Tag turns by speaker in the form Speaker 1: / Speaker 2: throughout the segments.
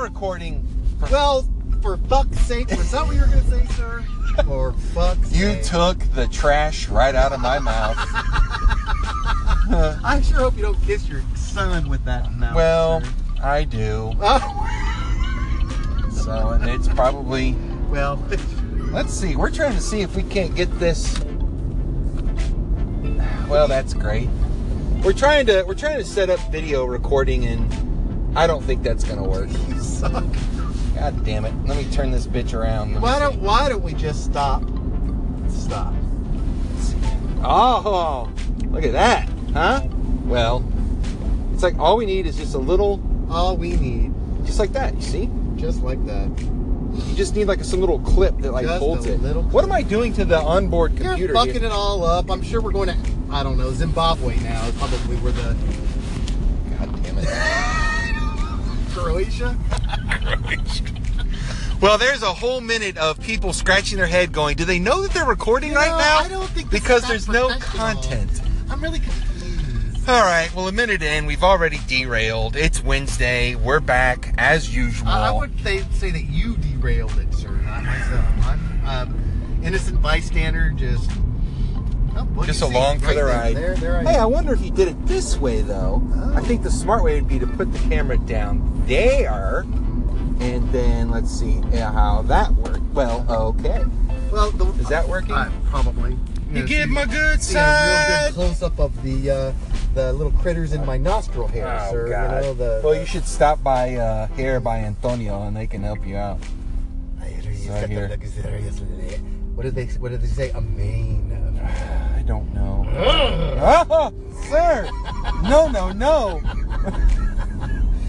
Speaker 1: recording.
Speaker 2: Well, for fuck's sake, was that what you were gonna say, sir? For fuck's
Speaker 1: You
Speaker 2: sake.
Speaker 1: took the trash right out of my mouth.
Speaker 2: I sure hope you don't kiss your son with that mouth.
Speaker 1: Well,
Speaker 2: sir.
Speaker 1: I do.
Speaker 2: Oh,
Speaker 1: So and it's probably.
Speaker 2: well.
Speaker 1: Let's see. We're trying to see if we can't get this. Well, that's great. We're trying to we're trying to set up video recording, and I don't think that's gonna work.
Speaker 2: You suck.
Speaker 1: God damn it! Let me turn this bitch around. Let me
Speaker 2: Why don't Why don't we just stop? Stop.
Speaker 1: Oh, look at that, huh? Well, it's like all we need is just a little,
Speaker 2: All we need,
Speaker 1: just like that. You see?
Speaker 2: just like that.
Speaker 1: You just need like some little clip that like
Speaker 2: Just
Speaker 1: holds
Speaker 2: a
Speaker 1: it.
Speaker 2: little
Speaker 1: What am I doing to the onboard computer?
Speaker 2: You're
Speaker 1: here?
Speaker 2: fucking it all up. I'm sure we're going to. I don't know. Zimbabwe now is probably where the
Speaker 1: God damn it!
Speaker 2: Croatia.
Speaker 1: Well, there's a whole minute of people scratching their head, going, "Do they know that they're recording
Speaker 2: You
Speaker 1: right
Speaker 2: know,
Speaker 1: now?"
Speaker 2: I don't think this
Speaker 1: because
Speaker 2: is that
Speaker 1: there's no
Speaker 2: professional.
Speaker 1: content.
Speaker 2: I'm really confused.
Speaker 1: All right. Well, a minute in, we've already derailed. It's Wednesday. We're back as usual.
Speaker 2: I, I would say, say that you derailed it, sir, not myself. I'm um, innocent bystander, just oh, what do
Speaker 1: just
Speaker 2: you see?
Speaker 1: along for the
Speaker 2: Right there,
Speaker 1: ride.
Speaker 2: There, there I
Speaker 1: hey, I
Speaker 2: am.
Speaker 1: wonder if you did it this way though.
Speaker 2: Oh.
Speaker 1: I think the smart way would be to put the camera down there, and then let's see yeah, how that worked. Well, okay.
Speaker 2: Well, the,
Speaker 1: Is that working?
Speaker 2: Uh, probably.
Speaker 1: You
Speaker 2: know,
Speaker 1: give
Speaker 2: see-
Speaker 1: my good
Speaker 2: see a real
Speaker 1: side.
Speaker 2: good close up of the uh, the little critters in my nostril hair,
Speaker 1: Oh,
Speaker 2: sir.
Speaker 1: God.
Speaker 2: You know the.
Speaker 1: well, you should stop by uh, here by Antonio, and they can help you out. right here.
Speaker 2: What did they What did they say? A mane.
Speaker 1: I don't know. oh, sir! No, no, no!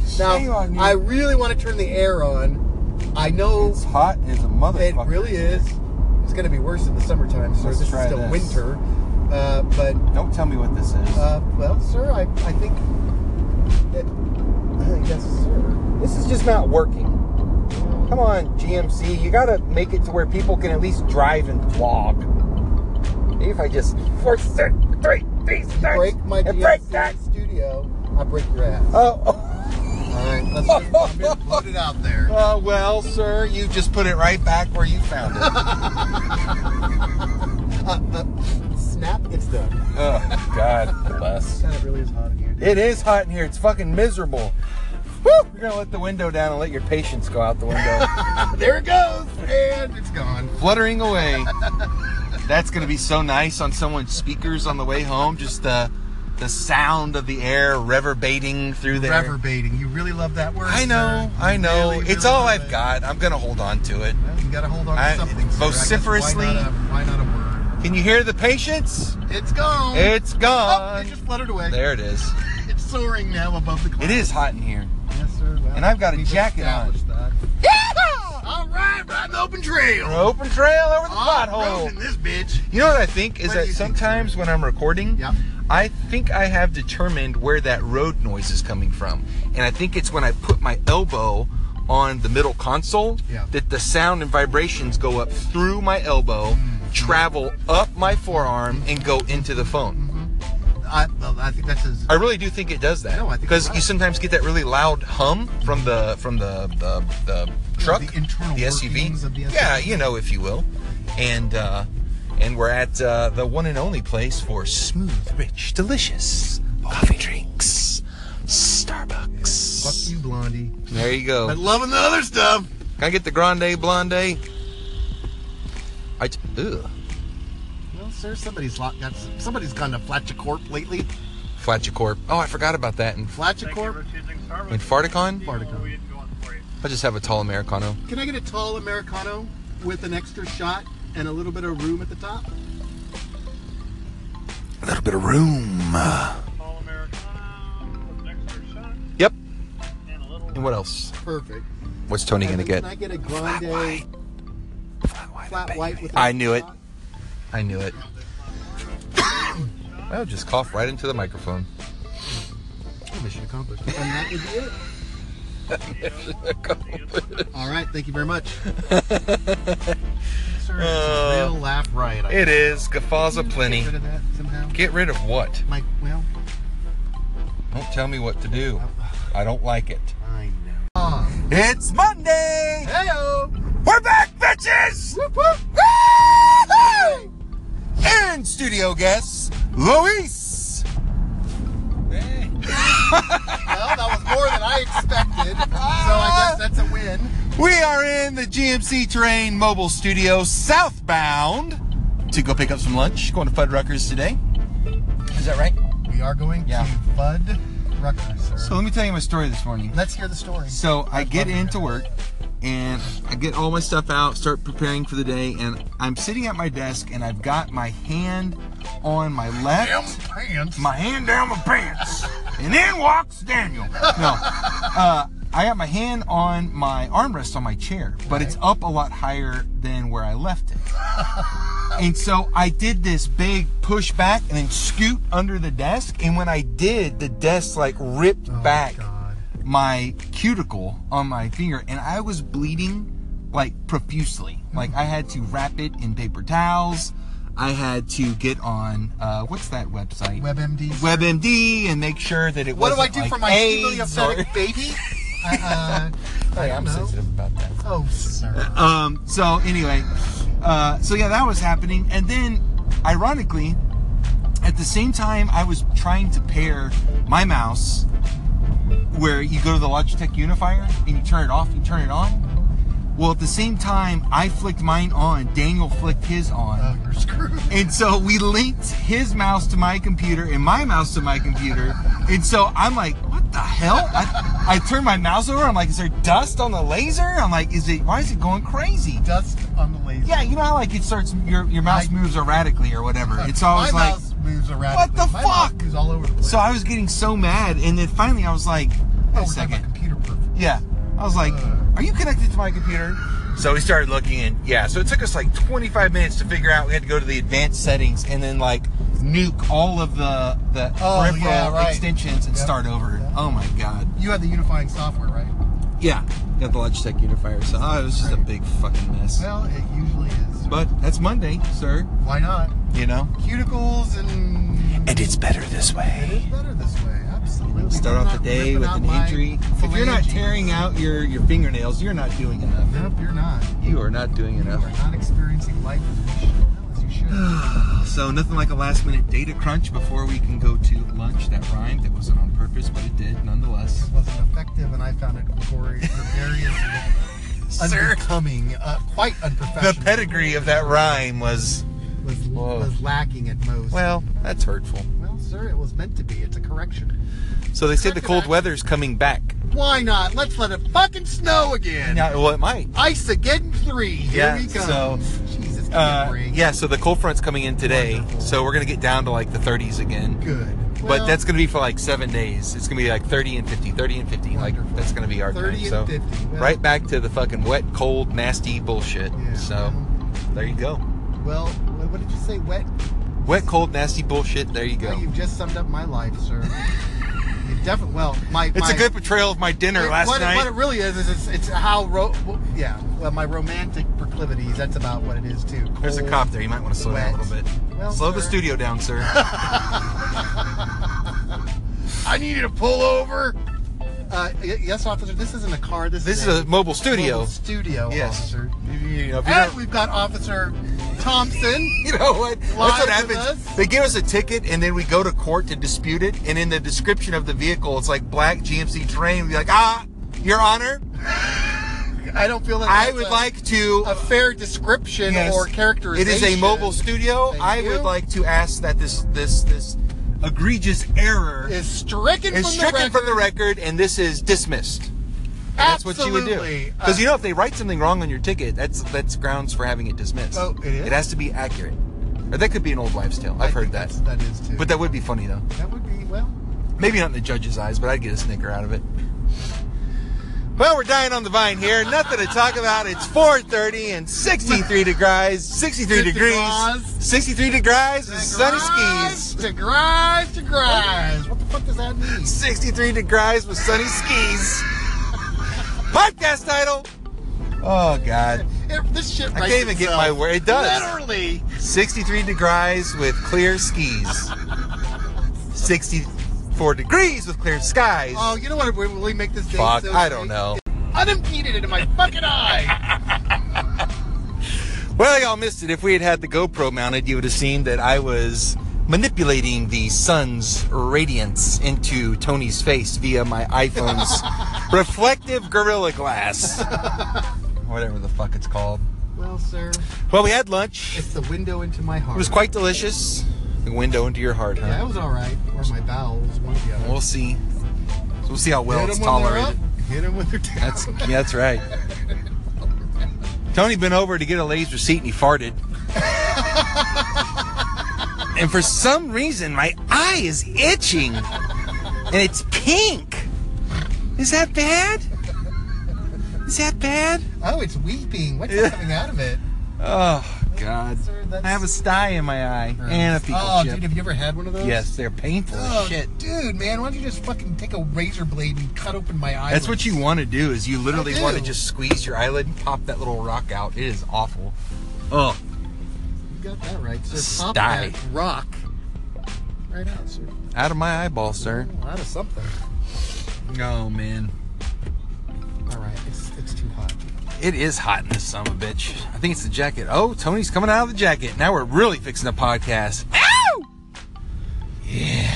Speaker 1: Shame on you.
Speaker 2: Now, I really want to turn the air on. I know
Speaker 1: it's hot as a
Speaker 2: It
Speaker 1: motherfucker.
Speaker 2: really is. It's going to be worse in the summertime, sir.
Speaker 1: Let's
Speaker 2: this
Speaker 1: try
Speaker 2: is still
Speaker 1: this.
Speaker 2: winter. Uh, but,
Speaker 1: Don't tell me what this is.
Speaker 2: uh, well, sir, I, I think that. Yes, sir.
Speaker 1: This is just not working. Come on, GMC. You gotta make it to where people can at least drive and vlog. Maybe if I just four, six, three, three, six,
Speaker 2: Break my
Speaker 1: and break that.
Speaker 2: GMC studio. I break your ass.
Speaker 1: Oh, oh,
Speaker 2: All right, let's get it. I'm gonna float it out there.
Speaker 1: Uh, well, sir, you just put it right back where you found it.
Speaker 2: Uh, uh, snap, it's done.
Speaker 1: oh, God bless.
Speaker 2: God, it really is hot in here. dude.
Speaker 1: It is hot in here. It's fucking miserable. Woo! You're gonna let the window down and let your patience go out the window.
Speaker 2: There it goes, and it's gone.
Speaker 1: fluttering away. That's gonna be so nice on someone's speakers on the way home. Just the the sound of the air reverberating through there.
Speaker 2: Reverberating. You really love that word.
Speaker 1: I know,
Speaker 2: sir. You
Speaker 1: I know.
Speaker 2: really,
Speaker 1: it's
Speaker 2: really
Speaker 1: all
Speaker 2: love
Speaker 1: I've
Speaker 2: it.
Speaker 1: got. I'm gonna hold on to it.
Speaker 2: Well, you got to hold on to
Speaker 1: I-
Speaker 2: something. sir. I guess
Speaker 1: vociferously-
Speaker 2: Why not, a, why not a word?
Speaker 1: Can you hear the patience?
Speaker 2: It's gone.
Speaker 1: It's
Speaker 2: oh,
Speaker 1: gone.
Speaker 2: it just fluttered away.
Speaker 1: There it is.
Speaker 2: It's soaring now above the clouds.
Speaker 1: It is hot in here.
Speaker 2: Yes, sir. Well,
Speaker 1: And I've got a
Speaker 2: we've
Speaker 1: jacket on.
Speaker 2: established That. All right, riding the open trail.
Speaker 1: An open trail over the
Speaker 2: Hot
Speaker 1: pothole.
Speaker 2: roading this bitch.
Speaker 1: You know what I think is
Speaker 2: What Oh, do
Speaker 1: that
Speaker 2: you think,
Speaker 1: sometimes when I'm recording,
Speaker 2: Yep.
Speaker 1: I think I have determined where that road noise is coming from. And I think it's when I put my elbow on the middle console
Speaker 2: Yeah.
Speaker 1: that the sound and vibrations go up through my elbow,
Speaker 2: Mm.
Speaker 1: travel up my forearm, and go into the phone.
Speaker 2: I, well, I think that's his.
Speaker 1: I really do think it does that.
Speaker 2: No, I think
Speaker 1: because
Speaker 2: you're
Speaker 1: you
Speaker 2: right.
Speaker 1: sometimes get that really loud hum from the from the the, the truck,
Speaker 2: the internal workings of the SUV.
Speaker 1: Yeah, you know, if you will. And uh, and we're at uh, the one and only place for smooth, rich, delicious coffee drinks,
Speaker 2: Fuck
Speaker 1: Starbucks.
Speaker 2: you, Blondie.
Speaker 1: There you go.
Speaker 2: But loving the other stuff.
Speaker 1: Can I get the grande blonde? I t- ugh.
Speaker 2: Well, sir, somebody's lo- got some, somebody's gone to Flatcha Corp lately.
Speaker 1: Flatcha Corp. Oh, I forgot about that. And
Speaker 2: Flatcha Corp.
Speaker 1: in Farticon,
Speaker 2: Bartica.
Speaker 1: I just have a tall americano.
Speaker 2: Can I get a tall americano with an extra shot and a little bit of room at the top?
Speaker 1: A little bit of room. Yep. And what else?
Speaker 2: Perfect.
Speaker 1: What's Tony
Speaker 2: And
Speaker 1: gonna
Speaker 2: then
Speaker 1: get?
Speaker 2: Can I get a grande
Speaker 1: Flat white.
Speaker 2: flat
Speaker 1: baby.
Speaker 2: white with? an
Speaker 1: I
Speaker 2: extra
Speaker 1: knew it.
Speaker 2: shot?
Speaker 1: I knew it. I'll just cough right into the microphone.
Speaker 2: Mission accomplished. And that would be it. All right, thank you very much. Sir,
Speaker 1: Uh,
Speaker 2: this is real laugh riot. I-
Speaker 1: It is guffaws
Speaker 2: Can you
Speaker 1: aplenty.
Speaker 2: Get rid of that somehow.
Speaker 1: Get rid of what?
Speaker 2: My, well,
Speaker 1: Don't tell me what to do. I don't like it. Uh,
Speaker 2: I know. Ah,
Speaker 1: It's Monday.
Speaker 2: Heyo!
Speaker 1: We're back, bitches.
Speaker 2: Whoop whoop!
Speaker 1: Woo-hoo! And studio guest Luis.
Speaker 2: Well, that was more than I expected, so I guess that's a win.
Speaker 1: We are in the GMC Terrain Mobile Studio southbound to go pick up some lunch. Going to Fuddruckers today. Is that right?
Speaker 2: We are going
Speaker 1: Yeah.
Speaker 2: to Bud Rucker, sir.
Speaker 1: So let me tell you my story this morning.
Speaker 2: Let's hear the story.
Speaker 1: So I get
Speaker 2: love to
Speaker 1: into
Speaker 2: hear
Speaker 1: work and I get all my stuff out, start preparing for the day, and I'm sitting at my desk and I've got my hand on my left,
Speaker 2: pants.
Speaker 1: my hand down my pants, and in walks Daniel. No, uh, I got my hand on my armrest on my chair, but it's up a lot higher than where I left it. And so I did this big push back and then scoot under the desk. And when I did, the desk like ripped
Speaker 2: Oh,
Speaker 1: back
Speaker 2: God.
Speaker 1: my cuticle on my finger and I was bleeding like profusely. Like I had to wrap it in paper towels. I had to get on uh, what's that website?
Speaker 2: WebMD.
Speaker 1: WebMD and make sure that it
Speaker 2: What
Speaker 1: was.
Speaker 2: do I do for my scoliosis baby? Uh, uh, I don't
Speaker 1: I'm
Speaker 2: know.
Speaker 1: sensitive about that.
Speaker 2: Oh, sir.
Speaker 1: Um, so anyway, uh, so yeah, that was happening, and then ironically, at the same time, I was trying to pair my mouse, where you go to the Logitech unifier and you turn it off, you turn it on. Well, at the same time, I flicked mine on, Daniel flicked his on.
Speaker 2: Oh, you're screwed.
Speaker 1: And so we linked his mouse to my computer and my mouse to my computer. And so I'm like, what the hell? I, I turned my mouse over. I'm like, is there dust on the laser? I'm like, is it, why is it going crazy?
Speaker 2: Dust on the laser.
Speaker 1: Yeah, you know how like it starts, your, your mouse
Speaker 2: I-
Speaker 1: moves erratically or whatever. It's
Speaker 2: all
Speaker 1: always
Speaker 2: my
Speaker 1: like,
Speaker 2: mouse moves erratically.
Speaker 1: the
Speaker 2: My mouse
Speaker 1: fuck?
Speaker 2: Moves all over the place.
Speaker 1: so I was getting so mad. And then finally I was like,
Speaker 2: oh,
Speaker 1: wait a
Speaker 2: we're talking about
Speaker 1: second.
Speaker 2: computer perf-
Speaker 1: Yeah. I was like,
Speaker 2: Ugh.
Speaker 1: are you connected to my computer? So we started looking and yeah, so it took us like 25 minutes to figure out we had to go to the advanced settings and then like nuke all of the the
Speaker 2: Oh,
Speaker 1: peripheral
Speaker 2: yeah, right.
Speaker 1: extensions and
Speaker 2: Yep.
Speaker 1: start over.
Speaker 2: Yep.
Speaker 1: Oh my god.
Speaker 2: You have the unifying software, right?
Speaker 1: Yeah. Got the Logitech unifier. So oh, it was just a big fucking mess.
Speaker 2: Well, it usually is.
Speaker 1: But that's Monday, sir,
Speaker 2: why not?
Speaker 1: you know.
Speaker 2: Cuticles and.
Speaker 1: And it's better this
Speaker 2: It is
Speaker 1: way.
Speaker 2: better this way. Absolutely.
Speaker 1: Start
Speaker 2: We're
Speaker 1: off the
Speaker 2: not
Speaker 1: day
Speaker 2: ripping
Speaker 1: with
Speaker 2: out
Speaker 1: an
Speaker 2: my
Speaker 1: injury. If you're not
Speaker 2: phalanges.
Speaker 1: tearing out your your fingernails, you're not doing enough.
Speaker 2: Nope, you're not.
Speaker 1: You are not doing
Speaker 2: You
Speaker 1: enough.
Speaker 2: are not experiencing life as you should. No, as you should.
Speaker 1: So nothing like a last minute data crunch before we can go to lunch. That rhymed. That wasn't on purpose, but it did nonetheless.
Speaker 2: It wasn't effective, and I found it gregari- gregarious and unbecoming, uh, quite unprofessional.
Speaker 1: the pedigree of that rhyme was
Speaker 2: was,
Speaker 1: Whoa.
Speaker 2: was lacking at most.
Speaker 1: well, that's hurtful.
Speaker 2: Well, sir, it was meant to be. It's a correction.
Speaker 1: So they say the
Speaker 2: Corrected
Speaker 1: cold
Speaker 2: act.
Speaker 1: weather's coming back.
Speaker 2: Why not? Let's let it fucking snow again.
Speaker 1: Yeah, well, it might.
Speaker 2: Ice again three. Here
Speaker 1: Yeah,
Speaker 2: we come.
Speaker 1: so,
Speaker 2: Jesus, give me a
Speaker 1: Uh,
Speaker 2: break.
Speaker 1: yeah, so the cold front's coming in today,
Speaker 2: Wonderful.
Speaker 1: so we're gonna get down to like the 30s again.
Speaker 2: Good.
Speaker 1: but that's gonna be for like seven days. It's gonna be like 30 and 50, 30 and 50. Like
Speaker 2: Wonderful.
Speaker 1: that's gonna be our
Speaker 2: 30
Speaker 1: time.
Speaker 2: and
Speaker 1: So
Speaker 2: 50. Well-
Speaker 1: right back to the fucking wet, cold, nasty bullshit.
Speaker 2: Yeah.
Speaker 1: So there you go.
Speaker 2: Well, what, what did you say? Wet?
Speaker 1: Wet, cold, nasty bullshit. There you go.
Speaker 2: Well, you've just summed up my life, sir. you definitely. Well, my.
Speaker 1: it's
Speaker 2: my,
Speaker 1: a good portrayal of my dinner
Speaker 2: it-
Speaker 1: last
Speaker 2: what, it-
Speaker 1: night.
Speaker 2: What it really is is it's, it's how. Ro- well, yeah. Well, my romantic proclivities. That's about what it is too.
Speaker 1: There's a
Speaker 2: Cold.
Speaker 1: cop there. You might want to slow down a
Speaker 2: wet.
Speaker 1: little bit.
Speaker 2: Well,
Speaker 1: slow the
Speaker 2: sir.
Speaker 1: studio down, sir.
Speaker 2: I need you to pull over. Uh, y- yes, officer. This isn't a car. This,
Speaker 1: this is a mobile studio.
Speaker 2: mobile studio,
Speaker 1: Yes.
Speaker 2: officer.
Speaker 1: You- you know, if you
Speaker 2: And
Speaker 1: don't-
Speaker 2: we've got Officer Thompson.
Speaker 1: you know what? That's
Speaker 2: Lies
Speaker 1: what
Speaker 2: with
Speaker 1: happens.
Speaker 2: us.
Speaker 1: They give us a ticket, and then we go to court to dispute it. And in the description of the vehicle, it's like black GMC terrain. We're like, ah, Your Honor,
Speaker 2: I don't feel that
Speaker 1: I
Speaker 2: that's
Speaker 1: would
Speaker 2: a-
Speaker 1: like to.
Speaker 2: a fair description
Speaker 1: Yes.
Speaker 2: or characterization.
Speaker 1: It is a mobile studio.
Speaker 2: Thank
Speaker 1: I
Speaker 2: you.
Speaker 1: would like to ask that this this this egregious error
Speaker 2: Is stricken
Speaker 1: is
Speaker 2: from
Speaker 1: stricken
Speaker 2: the record.
Speaker 1: from the record, and this is dismissed. And that's what you would do.
Speaker 2: Absolutely.
Speaker 1: Because
Speaker 2: Uh,
Speaker 1: you know, if they write something wrong on your ticket, that's that's grounds for having it dismissed.
Speaker 2: Oh, it is?
Speaker 1: It has to be accurate. Or that could be an old wives' tale.
Speaker 2: I
Speaker 1: I've heard
Speaker 2: think
Speaker 1: that.
Speaker 2: that's- That is too.
Speaker 1: But that would be funny though.
Speaker 2: that would be well.
Speaker 1: Maybe not in the judge's eyes, but I'd get a snicker out of it. Well, we're dying on the vine here. Nothing to talk about. It's 4:30 and 63 degrees. 63
Speaker 2: Fifty
Speaker 1: degrees.
Speaker 2: degrees.
Speaker 1: 63 degrees. and Sunny skis. Oh.
Speaker 2: To grind, to grind. What the fuck does that mean?
Speaker 1: 63 degrees with sunny skis. Podcast title. Oh God.
Speaker 2: It- this shit.
Speaker 1: I
Speaker 2: writes
Speaker 1: can't even get
Speaker 2: itself.
Speaker 1: my word- it does.
Speaker 2: Literally.
Speaker 1: 63 degrees with clear skis. 64 degrees with clear skies.
Speaker 2: Oh, you know what? would really make this day.
Speaker 1: Fuck,
Speaker 2: so
Speaker 1: I don't
Speaker 2: sweet?
Speaker 1: know.
Speaker 2: unimpeded into my fucking eye.
Speaker 1: Well, y'all missed it. If we had had the GoPro mounted, you would have seen that I was manipulating the sun's radiance into Tony's face via my iPhone's reflective Gorilla Glass. Whatever the fuck it's called.
Speaker 2: Well, sir,
Speaker 1: Well, we had lunch.
Speaker 2: it's the window into my heart.
Speaker 1: It was quite delicious. The window into your heart,
Speaker 2: Yeah,
Speaker 1: huh?
Speaker 2: it was all right. Or my bowels, one or the other.
Speaker 1: We'll see. We'll see how well
Speaker 2: Hit
Speaker 1: it's
Speaker 2: 'em when they're
Speaker 1: tolerated.
Speaker 2: up, Hit them with their down.
Speaker 1: That's yeah, that's right. Tony been over to get a laser seat and he farted. and for some reason my eye is itching. And it's pink. Is that bad? Is that bad?
Speaker 2: oh, it's weeping. What's
Speaker 1: Yeah.
Speaker 2: coming out of it?
Speaker 1: Oh god.
Speaker 2: Sir, that's-
Speaker 1: I have a sty in my eye and a fecal
Speaker 2: Oh,
Speaker 1: chip.
Speaker 2: dude, have you ever had one of those?
Speaker 1: yes, they're painful
Speaker 2: Oh,
Speaker 1: as shit.
Speaker 2: dude, man, why don't you just fucking take a razor blade and cut open my eyes?
Speaker 1: That's what you want to do is you literally
Speaker 2: I
Speaker 1: want to
Speaker 2: do.
Speaker 1: just squeeze your eyelid and pop that little rock out. It is awful. Oh,
Speaker 2: You got that right, sir. Pop
Speaker 1: Sty.
Speaker 2: that rock. Right out, sir.
Speaker 1: out of my eyeball, sir.
Speaker 2: Oh, out of something.
Speaker 1: Oh man,
Speaker 2: All right, it's it's too hot.
Speaker 1: it is hot in this son of a bitch. I think it's the jacket. Oh, Tony's coming out of the jacket. Now we're really fixing the podcast. Ow!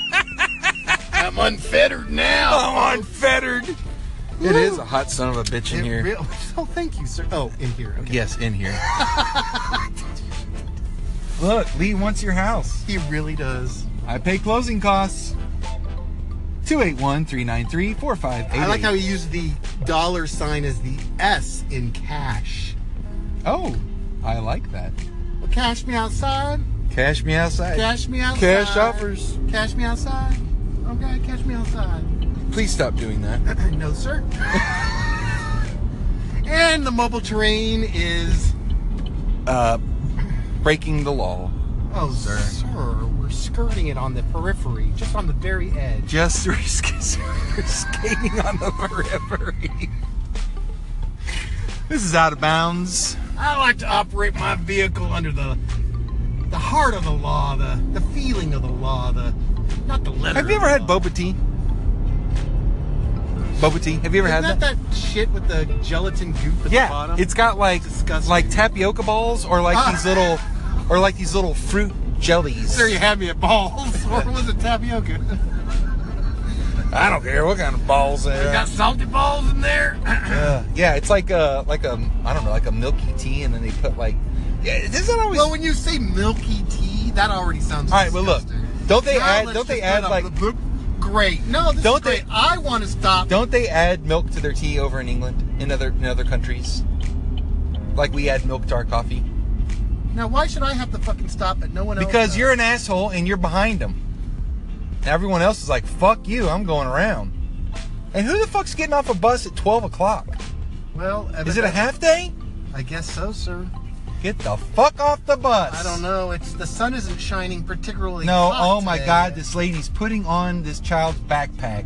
Speaker 2: I'm unfettered now.
Speaker 1: I'm unfettered. It is a hot son of a bitch in
Speaker 2: It
Speaker 1: here.
Speaker 2: real- oh, thank you, sir. Oh, in here. Okay.
Speaker 1: yes, in here. Look, Lee wants your house.
Speaker 2: He really does.
Speaker 1: I pay closing costs. 281-393-4588.
Speaker 2: I like how he used the dollar sign as the S in cash.
Speaker 1: Oh, I like that.
Speaker 2: Well, cash me outside.
Speaker 1: Cash me outside.
Speaker 2: Cash me outside.
Speaker 1: Cash offers.
Speaker 2: Cash me outside. Okay, cash me outside.
Speaker 1: Please stop doing that.
Speaker 2: no, sir. and the mobile terrain is.
Speaker 1: Uh, breaking the law.
Speaker 2: Oh, sir. Sir, we're skirting it on the periphery, just on the very edge.
Speaker 1: just risk- skating on the periphery. This is out of bounds.
Speaker 2: I like to operate my vehicle under the the heart of the law, the the feeling of the law, the not the letter.
Speaker 1: Have you
Speaker 2: of
Speaker 1: ever
Speaker 2: the
Speaker 1: had
Speaker 2: law.
Speaker 1: boba tea? Boba tea. Have you ever
Speaker 2: Isn't
Speaker 1: had that?
Speaker 2: that, that shit with the gelatin goop at the
Speaker 1: yeah,
Speaker 2: bottom?
Speaker 1: it's got like
Speaker 2: Disgusting.
Speaker 1: like tapioca balls or like
Speaker 2: Ah.
Speaker 1: these little or like these little fruit jellies.
Speaker 2: Sir, you had me at balls, or was it tapioca?
Speaker 1: I don't care what kind of balls they are.
Speaker 2: Got salty balls in there.
Speaker 1: Yeah, yeah, it's like a like a I don't know like a milky tea, and then they put like yeah. Isn't that always
Speaker 2: well, when you say milky tea, that already sounds.
Speaker 1: all right? Well, look,
Speaker 2: disgusting.
Speaker 1: don't they
Speaker 2: Now
Speaker 1: add
Speaker 2: let's
Speaker 1: don't they
Speaker 2: just
Speaker 1: add
Speaker 2: put
Speaker 1: like
Speaker 2: a bloop, bloop. Great. No, this
Speaker 1: Don't
Speaker 2: is great.
Speaker 1: they-
Speaker 2: I want to stop.
Speaker 1: Don't they add milk to their tea over in England, in other in other countries? Like we add milk to our coffee?
Speaker 2: Now, why should I have to fucking stop it? No one else.
Speaker 1: Because
Speaker 2: does?
Speaker 1: you're an asshole and you're behind them. And everyone else is like, "Fuck you, I'm going around." And who the fuck's getting off a bus at 12 o'clock?
Speaker 2: Well,
Speaker 1: Is it a half day?
Speaker 2: I guess so, sir.
Speaker 1: Get the fuck off the bus.
Speaker 2: I don't know. It's the sun isn't shining particularly.
Speaker 1: No,
Speaker 2: hot
Speaker 1: oh my
Speaker 2: today.
Speaker 1: god, this lady's putting on this child's backpack.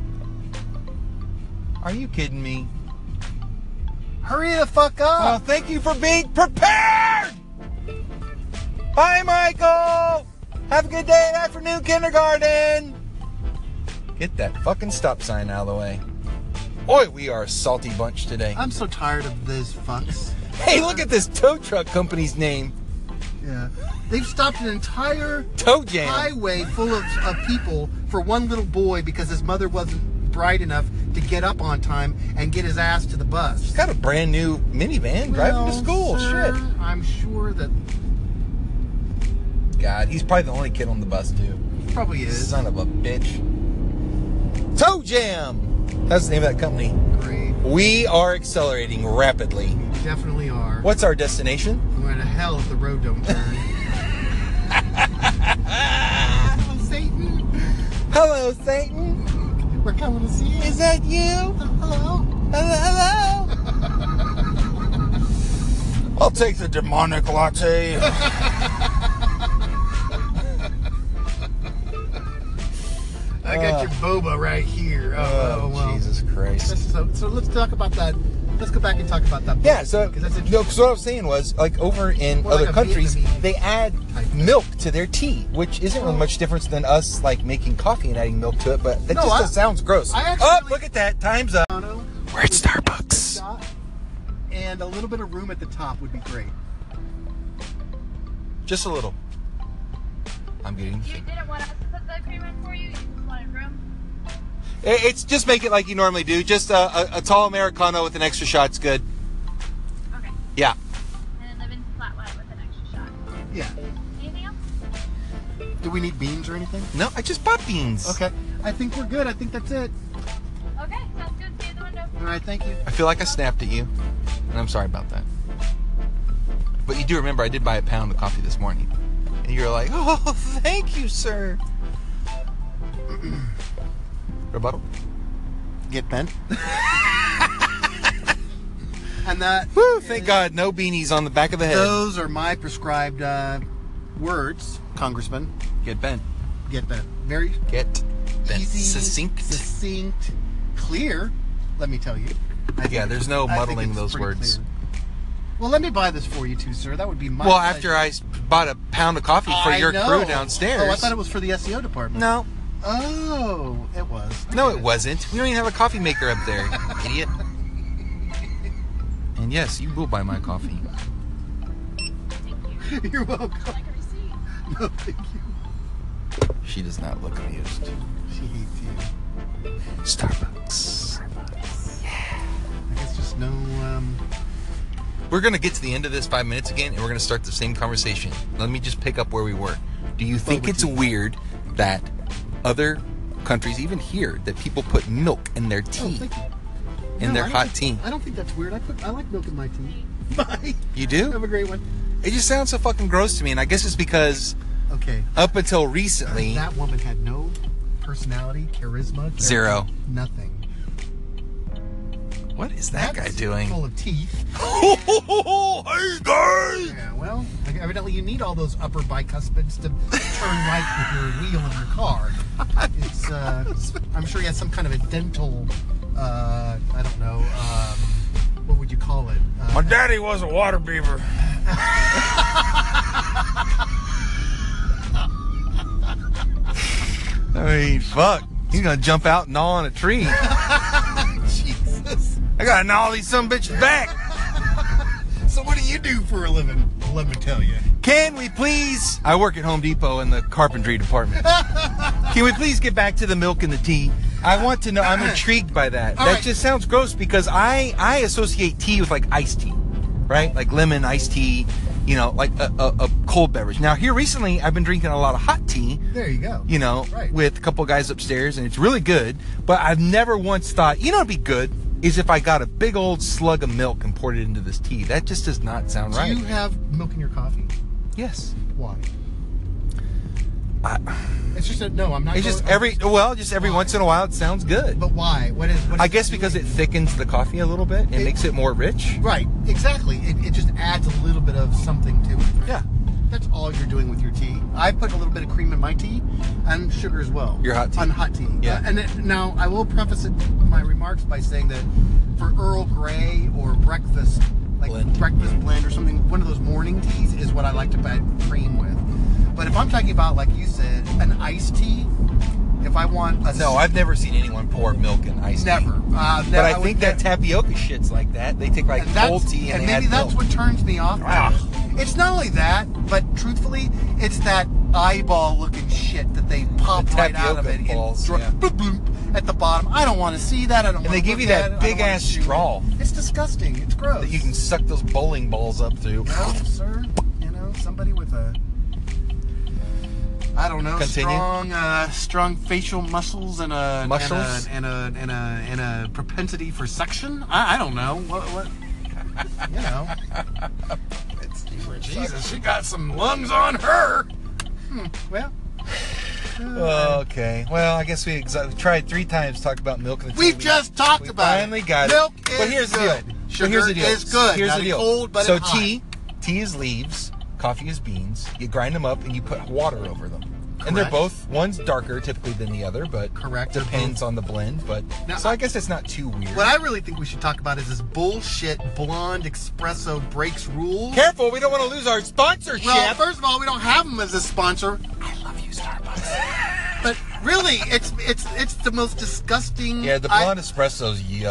Speaker 1: Are you kidding me?
Speaker 2: Hurry the fuck
Speaker 1: Well,
Speaker 2: up!
Speaker 1: thank you for being prepared. Bye, Michael. Have a good day and afternoon, kindergarten. Get that fucking stop sign out of the way. Boy, we are a salty bunch today.
Speaker 2: I'm so tired of those fucks.
Speaker 1: Hey, look at this tow truck company's name,
Speaker 2: Yeah, they've stopped an entire
Speaker 1: Tow Jam.
Speaker 2: highway full of, of people for one little boy because his mother wasn't bright enough to get up on time and get his ass to the bus.
Speaker 1: Got a brand new minivan driving to
Speaker 2: Well, uh,
Speaker 1: school.
Speaker 2: sir,
Speaker 1: Shit.
Speaker 2: I'm sure that
Speaker 1: God, he's probably the only kid on the bus too.
Speaker 2: he probably is.
Speaker 1: Son of a bitch. Tow Jam. That's the name of that company.
Speaker 2: Great.
Speaker 1: We are accelerating rapidly.
Speaker 2: You definitely are.
Speaker 1: What's our destination?
Speaker 2: I'm going to hell if the road don't turn. oh, Satan,
Speaker 1: Hello, Satan.
Speaker 2: we're coming to see you.
Speaker 1: Is that you?
Speaker 2: Hello.
Speaker 1: Hello, hello. I'll take the demonic latte.
Speaker 2: I got your boba right here. Oh, well.
Speaker 1: Uh. Jesus
Speaker 2: That's-
Speaker 1: Christ.
Speaker 2: So, so let's talk about that. Let's go back and talk about that.
Speaker 1: Yeah, so
Speaker 2: because that's
Speaker 1: no,
Speaker 2: interesting.
Speaker 1: 'cause what I was saying was, like over in
Speaker 2: More
Speaker 1: other
Speaker 2: like a
Speaker 1: countries,
Speaker 2: Vietnamese
Speaker 1: they add
Speaker 2: type.
Speaker 1: milk to their tea, which isn't really much difference than us like making coffee and adding milk to it. But that
Speaker 2: No,
Speaker 1: just
Speaker 2: I-
Speaker 1: sounds gross.
Speaker 2: I
Speaker 1: oh,
Speaker 2: actually-
Speaker 1: look at that! Time's up.
Speaker 2: Toronto.
Speaker 1: We're at Starbucks.
Speaker 2: Stop. And a little bit of room at the top would be great.
Speaker 1: Just a little. I'm getting.
Speaker 3: You didn't want us to put the cream in for you. You just wanted room.
Speaker 1: It- It's just make it like you normally do. Just a, a, a tall americano with an extra shot's good.
Speaker 3: Okay.
Speaker 1: Yeah.
Speaker 3: And then live in flat white with an extra shot.
Speaker 2: Yeah.
Speaker 3: Anything else?
Speaker 2: Do we need beans or anything?
Speaker 1: No, I just bought beans.
Speaker 2: Okay. I think we're good. I think that's it.
Speaker 3: Okay, sounds good. See you at the window.
Speaker 2: All right. Thank you.
Speaker 1: I feel like I snapped at you, and I'm sorry about that. But you do remember I did buy a pound of coffee this morning, and you were like, "Oh, thank you, sir." Got a bottle?
Speaker 2: Get bent. and that.
Speaker 1: Woo! Thank God, no beanies on the back of the head.
Speaker 2: Those are my prescribed uh, words, Congressman.
Speaker 1: Get bent.
Speaker 2: Get bent. Very
Speaker 1: Get bent.
Speaker 2: easy,
Speaker 1: Succinct.
Speaker 2: succinct, clear. Let me tell you. I
Speaker 1: Yeah,
Speaker 2: think-
Speaker 1: there's no
Speaker 2: I think
Speaker 1: muddling
Speaker 2: it's
Speaker 1: those
Speaker 2: pretty
Speaker 1: words.
Speaker 2: clear. Well, let me buy this for you too, sir. That would be my.
Speaker 1: well, after
Speaker 2: pleasure.
Speaker 1: I s- bought a pound of coffee for
Speaker 2: I
Speaker 1: your
Speaker 2: know.
Speaker 1: crew downstairs.
Speaker 2: Oh, I thought it was for the SEO department.
Speaker 1: No,
Speaker 2: Oh, it was.
Speaker 1: no, it wasn't. We don't even have a coffee maker up there, idiot. And yes, you will buy my coffee.
Speaker 3: Thank you.
Speaker 2: You're welcome.
Speaker 3: Like a receipt.
Speaker 2: No, thank you.
Speaker 1: She does not look amused.
Speaker 2: She hates you.
Speaker 1: Starbucks.
Speaker 2: I guess just no. Um,
Speaker 1: We're gonna get to the end of this five minutes again, and we're gonna start the same conversation. Let me just pick up where we were. Do you think
Speaker 2: would
Speaker 1: it's
Speaker 2: you-
Speaker 1: weird that other countries, even here, that people put milk in their
Speaker 2: oh,
Speaker 1: tea,
Speaker 2: thank you.
Speaker 1: in
Speaker 2: No,
Speaker 1: their
Speaker 2: I don't
Speaker 1: hot tea?
Speaker 2: think- I don't think that's weird. I put I like milk in my tea. Bye.
Speaker 1: You do?
Speaker 2: Have a great one.
Speaker 1: It just sounds so fucking gross to me, and I guess it's because
Speaker 2: Okay.
Speaker 1: up until recently,
Speaker 2: That woman had no personality, charisma, character,
Speaker 1: Zero.
Speaker 2: nothing.
Speaker 1: what is that guy
Speaker 2: That's
Speaker 1: doing?
Speaker 2: Full of teeth.
Speaker 1: hey guys!
Speaker 2: Yeah. Well, like, evidently you need all those upper bicuspids to turn right with your wheel in your car. It's. Uh, I'm sure he has some kind of a dental. Uh, I don't know. Um, what would you call it? Uh,
Speaker 4: My daddy was a water beaver.
Speaker 1: I mean, fuck. He's gonna jump out and gnaw on a tree.
Speaker 2: Jesus.
Speaker 1: I gotta gnaw these some bitches back.
Speaker 2: So what do you do for a living? Let me tell you.
Speaker 1: Can we please? I work at Home Depot in the carpentry department. Can we please get back to the milk and the tea? I want to know. I'm intrigued by that.
Speaker 2: All
Speaker 1: that
Speaker 2: right.
Speaker 1: just sounds gross because I I associate tea with like iced tea, right? Like lemon iced tea, you know, like a, a, a cold beverage. Now here recently, I've been drinking a lot of hot tea.
Speaker 2: There you go.
Speaker 1: You know,
Speaker 2: Right.
Speaker 1: with a couple guys upstairs, and it's really good. But I've never once thought, you know, it'd be good is if I got a big old slug of milk and poured it into this tea. That just does not sound
Speaker 2: Do
Speaker 1: right.
Speaker 2: you have milk in your coffee?
Speaker 1: yes.
Speaker 2: Why?
Speaker 1: I-
Speaker 2: It's just a, no. I'm not.
Speaker 1: It's just
Speaker 2: going-
Speaker 1: every well, just every once in a while, it sounds good.
Speaker 2: But why? What is? What is
Speaker 1: I guess because it
Speaker 2: doing?
Speaker 1: thickens the coffee a little bit and
Speaker 2: It-
Speaker 1: makes it more rich.
Speaker 2: Right. Exactly. It, it just adds a little bit of something to it.
Speaker 1: Yeah,
Speaker 2: That's all you're doing with your tea. I put a little bit of cream in my tea and sugar as well.
Speaker 1: Your hot tea.
Speaker 2: On hot tea.
Speaker 1: Yeah.
Speaker 2: Uh, and it, now I will preface it, my remarks by saying that for Earl Grey or breakfast, like
Speaker 1: Blend.
Speaker 2: breakfast blend or something, one of those morning teas is what I like to add cream with. But if I'm talking about, like you said, an iced tea, if I want a
Speaker 1: no, I've never seen anyone pour milk in ice.
Speaker 2: never.
Speaker 1: tea.
Speaker 2: Uh,
Speaker 1: But I, think that tapioca shit's like that. They take like
Speaker 2: and that's,
Speaker 1: cold tea and,
Speaker 2: and
Speaker 1: they
Speaker 2: maybe
Speaker 1: add
Speaker 2: that's
Speaker 1: milk.
Speaker 2: what turns me off.
Speaker 1: Ah.
Speaker 2: It's not only that, but truthfully, it's that eyeball-looking shit that they pop
Speaker 1: The
Speaker 2: right out of it
Speaker 1: tapioca balls,
Speaker 2: and dro-
Speaker 1: yeah.
Speaker 2: bloop, bloop, at the bottom. I don't want to see that. I don't.
Speaker 1: And they
Speaker 2: wanna
Speaker 1: give you
Speaker 2: look at
Speaker 1: that
Speaker 2: it, I don't
Speaker 1: big
Speaker 2: wanna
Speaker 1: ass
Speaker 2: chew it.
Speaker 1: straw.
Speaker 2: It's disgusting. It's gross.
Speaker 1: that you can suck those bowling balls up through.
Speaker 2: no, sir. You know, somebody with a. I don't know.
Speaker 1: Continue.
Speaker 2: Strong, uh, strong facial muscles and a
Speaker 1: Muscles?
Speaker 2: and a and a and a, and a propensity for suction. I, I don't know. What what? You know. Jesus, she got some lungs on her. Hmm, Well,
Speaker 1: Okay. Well, I guess we exa- we tried three times to talk about milk and the tea.
Speaker 2: we've just talked
Speaker 1: we
Speaker 2: about
Speaker 1: finally
Speaker 2: it.
Speaker 1: got
Speaker 2: Milk
Speaker 1: it.
Speaker 2: is
Speaker 1: but here's
Speaker 2: good.
Speaker 1: the deal.
Speaker 2: Sugar
Speaker 1: but here's the deal.
Speaker 2: is good.
Speaker 1: Here's
Speaker 2: Not
Speaker 1: the deal.
Speaker 2: cold, but
Speaker 1: so
Speaker 2: it's hot.
Speaker 1: tea, tea is leaves, coffee is beans. You grind them up and you put water over them. And they're
Speaker 2: Correct.
Speaker 1: both one's darker typically than the other, but
Speaker 2: Correct.
Speaker 1: depends on the blend. But
Speaker 2: Now,
Speaker 1: so I guess it's not too weird.
Speaker 2: What I really think we should talk about is this bullshit blonde espresso breaks rules.
Speaker 1: Careful, we don't want to lose our sponsorship.
Speaker 2: Well, first of all, we don't have them as a sponsor. I love you, Starbucks. but really, it's it's it's the most disgusting.
Speaker 1: yeah, the
Speaker 2: I-
Speaker 1: blonde espresso's yuck.